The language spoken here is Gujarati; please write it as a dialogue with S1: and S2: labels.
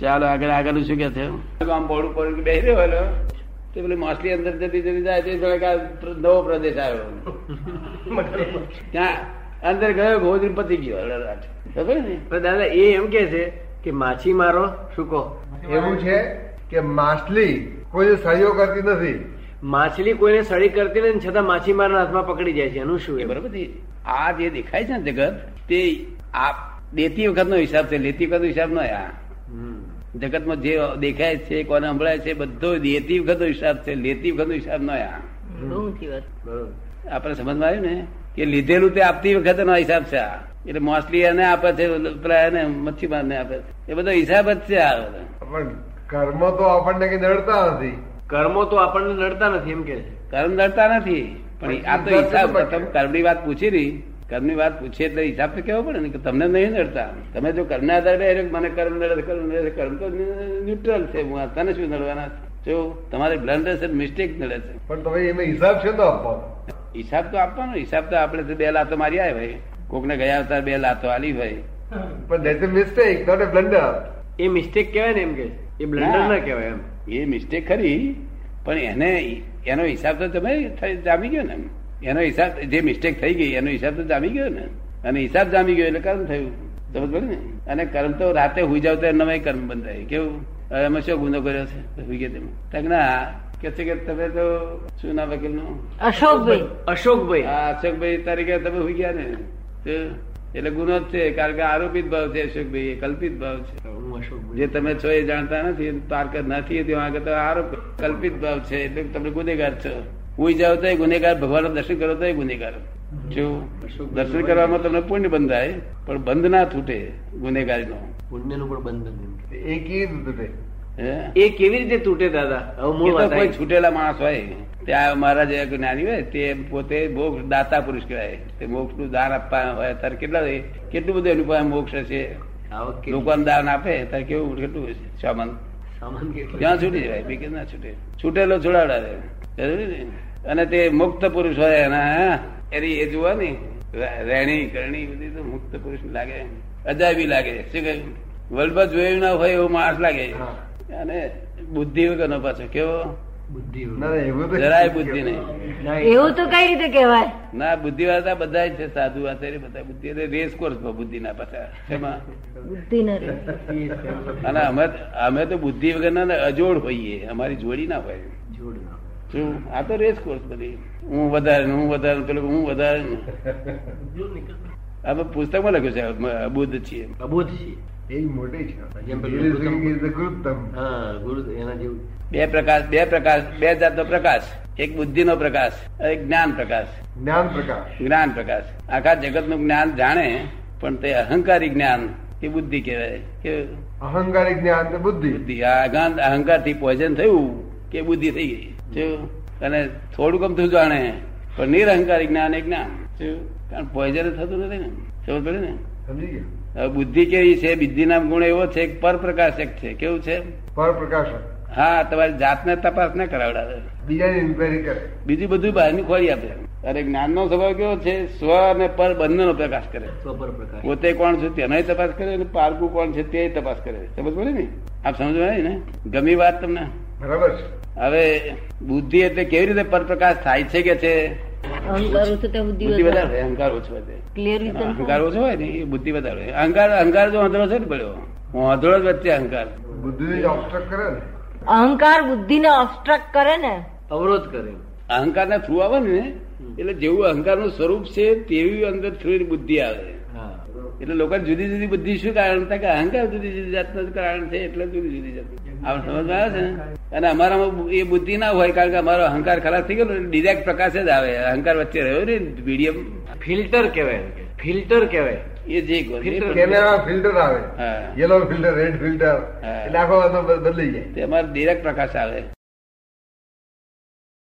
S1: ચાલો આગળ આગળનું શું કે છે આમ બોર્ડ ઉપર બેસી રહ્યો હતો તે પેલી માછલી અંદર જતી જતી જાય તે જરાક આ પ્ર- નવો પ્રદેશ આવ્યો ત્યાં અંદર ગયો ગોદરી પતી ગયો અડધાટ. ખબર ને
S2: પણ દાદા એ એમ કે છે કે માછી મારો શું કહો
S3: એવું છે કે માછલી કોઈ સહયોગ કરતી નથી
S2: માછલી કોઈને સળી કરતી નથી ને છતાં માછીમારના હાથમાં પકડી જાય છે એનું શું
S1: એ
S2: એ?
S1: બરોબર છે? આ જે દેખાય છે ને જગત તે આ દેતી વખતનો હિસાબ છે લેતી વખતનો હિસાબ ન આ
S2: હમ.
S1: જગતમાં જે દેખાય છે કોને સંભળાય છે બધો દેતી વખતનો હિસાબ છે લેતી વખતનો હિસાબ ન આ
S4: બહુ ઊંચી વાત
S2: બરોબર
S1: આપણે સમજમાં આવ્યું ને કે લીધેલું તે આપતી વખતનો હિસાબ છે આ એટલે મોસ્ટલી એને આપે છે પેલા એને મચ્છીમારને આપે છે એ બધો હિસાબ જ છે આ બધો.
S3: પણ કર્મ તો આપણને કઈ નડતા નથી
S2: કર્મો તો આપણને નડતા નથી એમ કે છે
S1: કર્મ નડતા નથી પણ આ તો હિસાબ પ્રથમ કર્મની વાત પૂછી રહી કર્મની વાત પૂછી એટલે હિસાબ તો કેવો પડે ને કે તમને નહીં નડતા તમે જો કર્મના આધારે એટલે મને કર્મ નડે છે, કર્મ નડે છે, કર્મ તો ન્યુટ્રલ છે હું આ તને શું નડવાના છે? જો તમારે બ્લન્ડર છે મિસ્ટેક નડે છે
S3: પણ તમે એનો હિસાબ છે તો આપવાનો
S1: હિસાબ તો આપવાનો હિસાબ તો આપણે તો બે લાતો મારી આવી ભાઈ કોકને ગયા અવતાર બે લાતો આલી ભાઈ
S3: પણ that is mistake not a blunder
S2: a mistake કહેવાય ને એમ કે છે એ બ્લન્ડર ના કહેવાય એમ
S1: એ મિસ્ટેક ખરી પણ એને એનો હિસાબ તો તમે થઈ- જામી ગયો ને એનો હિસાબ જે મિસ્ટેક થઈ ગઈ એનો હિસાબ તો જામી ગયો ને અને હિસાબ જામી ગયો એટલે કર્મ થયું સમજ પડી ને અને કર્મ તો રાતે હુઈ જાવ તો નવે કર્મ બંધાય કેવું હવે એમાં શું ગુનો કર્યો છે હુઈ ગયા તેમાં તક ના કે છે કે તમે તો શું ના વકીલ નું
S4: અશોકભાઈ
S2: અશોકભાઈ
S1: આ અશોકભાઈ તરીકે તમે હુઈ ગયા ને તો એટલે ગુનો જ છે કારણ કે આરોપિત ભાવ છે અશોકભાઈ એ કલ્પિત ભાવ છે
S2: હું અશોકભાઈ
S1: જે તમે છો એ જાણતા નથી પારકત નથી ત્યાં આગળ તો આરોપ કલ્પિત ભાવ છે એટલે તમે ગુનેગાર છો ઉઈ જાવ તો ગુનેગાર ભગવાન દર્શન કરો તો ગુનેગાર જો દર્શન કરવામાં તમને પુણ્ય બંધાય પણ બંધ ના તૂટે ગુનેગારીનો
S2: પુણ્યનું પણ બંધન એમ કે.
S3: એ કેવી રીતે તૂટે?
S1: હે
S2: એ કેવી રીતે તૂટે દાદા હવે
S1: એ
S2: મૂળ
S1: તો
S2: વાત
S1: કોઈ
S2: આવી.
S1: છૂટેલા માણસ હોય ત્યાં મારા જે જ્ઞાની હોય તે પોતે મોક્ષ દાતા પુરુષ કહેવાય તે મોક્ષનું દાન આપવા હોય ત્યારે કેટલા કેટલું બધું એનું પાસે મોક્ષ હશે
S2: આ વખતે
S1: લોકોને દાન આપે ત્યારે કેવું કેટલું હશે સામાન
S2: સામાન કેટલો?
S1: ત્યાં છૂટી જાય બીકે ના છૂટે છૂટેલો છોડાડે બરાબર ને? અને તે મુક્ત પુરુષ હોય અને હા, એની એ જુઓ ને રે- રેણી કરણી બધી તો મુક્ત પુરુષ લાગે અજાયબી લાગે શું કહ્યું વર્લ્ડમાં જોયું ના હોય એવો માણસ લાગે
S3: હા.
S1: અને બુદ્ધિ વગરનો પાછો કેવો
S2: બુદ્ધિ
S3: ના ના એવું તો
S1: જરાય બુદ્ધિ નહીં
S2: ના, એ-
S4: એવું તો કઈ રીતે કહેવાય
S1: ના બુદ્ધિ વાળા બધા જ છે સાધુ વાળા બધા બુદ્ધિ એટલે રેસ કોર્સ બુદ્ધિ ના પાછા એમાં
S4: બુદ્ધિ ન રહી
S1: અને અમે અમે તો બુદ્ધિ વગરના અજોડ હોઈએ અમારી જોડી ના હોય
S2: જોડ ના.
S1: શું આ તો રેસ કોર્સ બધી હું વધારે ને હું વધારે ને પેલું હું વધારે ને. આપણે પુસ્તકમાં લખ્યું છે અમે અબુદ્ધ છીએ
S2: અબોધ છીએ.
S3: એ મોટી છે
S2: જેમ પેલું
S3: It is thinking is a good thumb.
S2: હા ગુરુ એના જેવું
S1: બે પ્રકાશ બે પ્રકાશ બે જાતનો પ્રકાશ એક બુદ્ધિનો પ્રકાશ અને એક જ્ઞાન પ્રકાશ
S3: જ્ઞાન પ્રકાશ
S1: જ્ઞાન પ્રકાશ આખા જગતનું જ્ઞાન જાણે પણ તે અહંકારી જ્ઞાન એ બુદ્ધિ કહેવાય કે
S3: અહંકારી જ્ઞાન તો બુદ્ધિ
S1: બુદ્ધિ આ અહંકાર અહંકારથી પોઈઝન થયું કે બુદ્ધિ થઈ ગઈ શું? અને થોડું ગમતું જાણે પણ નિરહંકારી જ્ઞાન એ જ્ઞાન શું? કારણ પોઈઝન થતું નથી ને ખબર પડે ને
S3: સમજી ગયા
S1: હવે બુદ્ધિ કેવી છે બુદ્ધિના ગુણ એવો છે કે પરપ્રકાશક છે કેવું છે
S3: પરપ્રકાશક
S1: હા તમારી જાતને તપાસ ના કરાવડાવે
S3: બીજાની ઇન્ક્વાયરી કરે
S1: બીજું બધું બહારની ખોરી આપે અને જ્ઞાનનો સ્વભાવ કેવો છે સ્વ અને પર બંનેનો પ્રકાશ કરે
S2: સ્વપર પ્રકાશ
S1: પોતે કોણ છે તેનો તપાસ કરે અને પારકું કોણ છે તે તપાસ કરે સમજ પડે ને આપ સમજ પડી ને ગમી વાત તમને
S3: બરાબર છે
S1: હવે બુદ્ધિ એટલે કેવી રીતે પરપ્રકાશ થાય છે કે છે
S4: અહંકાર ઓછો તે બુદ્ધિ
S1: બુદ્ધિ
S4: વધારે
S1: વધારે હોય, અહંકાર ઓછો વધે
S4: ક્લિયર રીતે
S1: અહંકાર ઓછો હોય ને એ બુદ્ધિ વધારે હોય. અહંકાર અહંકાર જો આંધળો છે ને પડ્યો હું આંધળો જ વચ્ચે અહંકાર
S3: બુદ્ધિ જ obstruct કરે ને
S4: અહંકાર બુદ્ધિને obstruct કરે ને
S2: અવરોધ કરે
S1: અહંકાર ના થ્રુ આવે ને એટલે જેવું અહંકાર નું સ્વરૂપ છે તેવી અંદર થ્રુ બુદ્ધિ આવે
S2: હા
S1: એટલે લોકો જુદી જુદી બુદ્ધિ શું કારણ હતા કે અહંકાર જુદી જુદી જાતનું જ કારણ છે એટલે જુદી જુદી જાત આપણે સમજ આવે છે ને અને અમારામાં એ બુદ્ધિ ના હોય કારણ કે અમારો અહંકાર ખલાસ થઈ ગયો ને ડિરેક્ટ પ્રકાશ જ આવે અહંકાર વચ્ચે રહ્યો ને મીડિયમ
S2: ફિલ્ટર કહેવાય એને કે. ફિલ્ટર કહેવાય
S1: એ જે ગોલ- એ પણ-
S3: કેમેરામાં ફિલ્ટર આવે
S1: હા.
S3: યલો ફિલ્ટર રેડ ફિલ્ટર
S1: હા.
S3: એટલે આખો વાતો બદલાઈ જાય
S1: તે અમારે ડિરેક્ટ પ્રકાશ આવે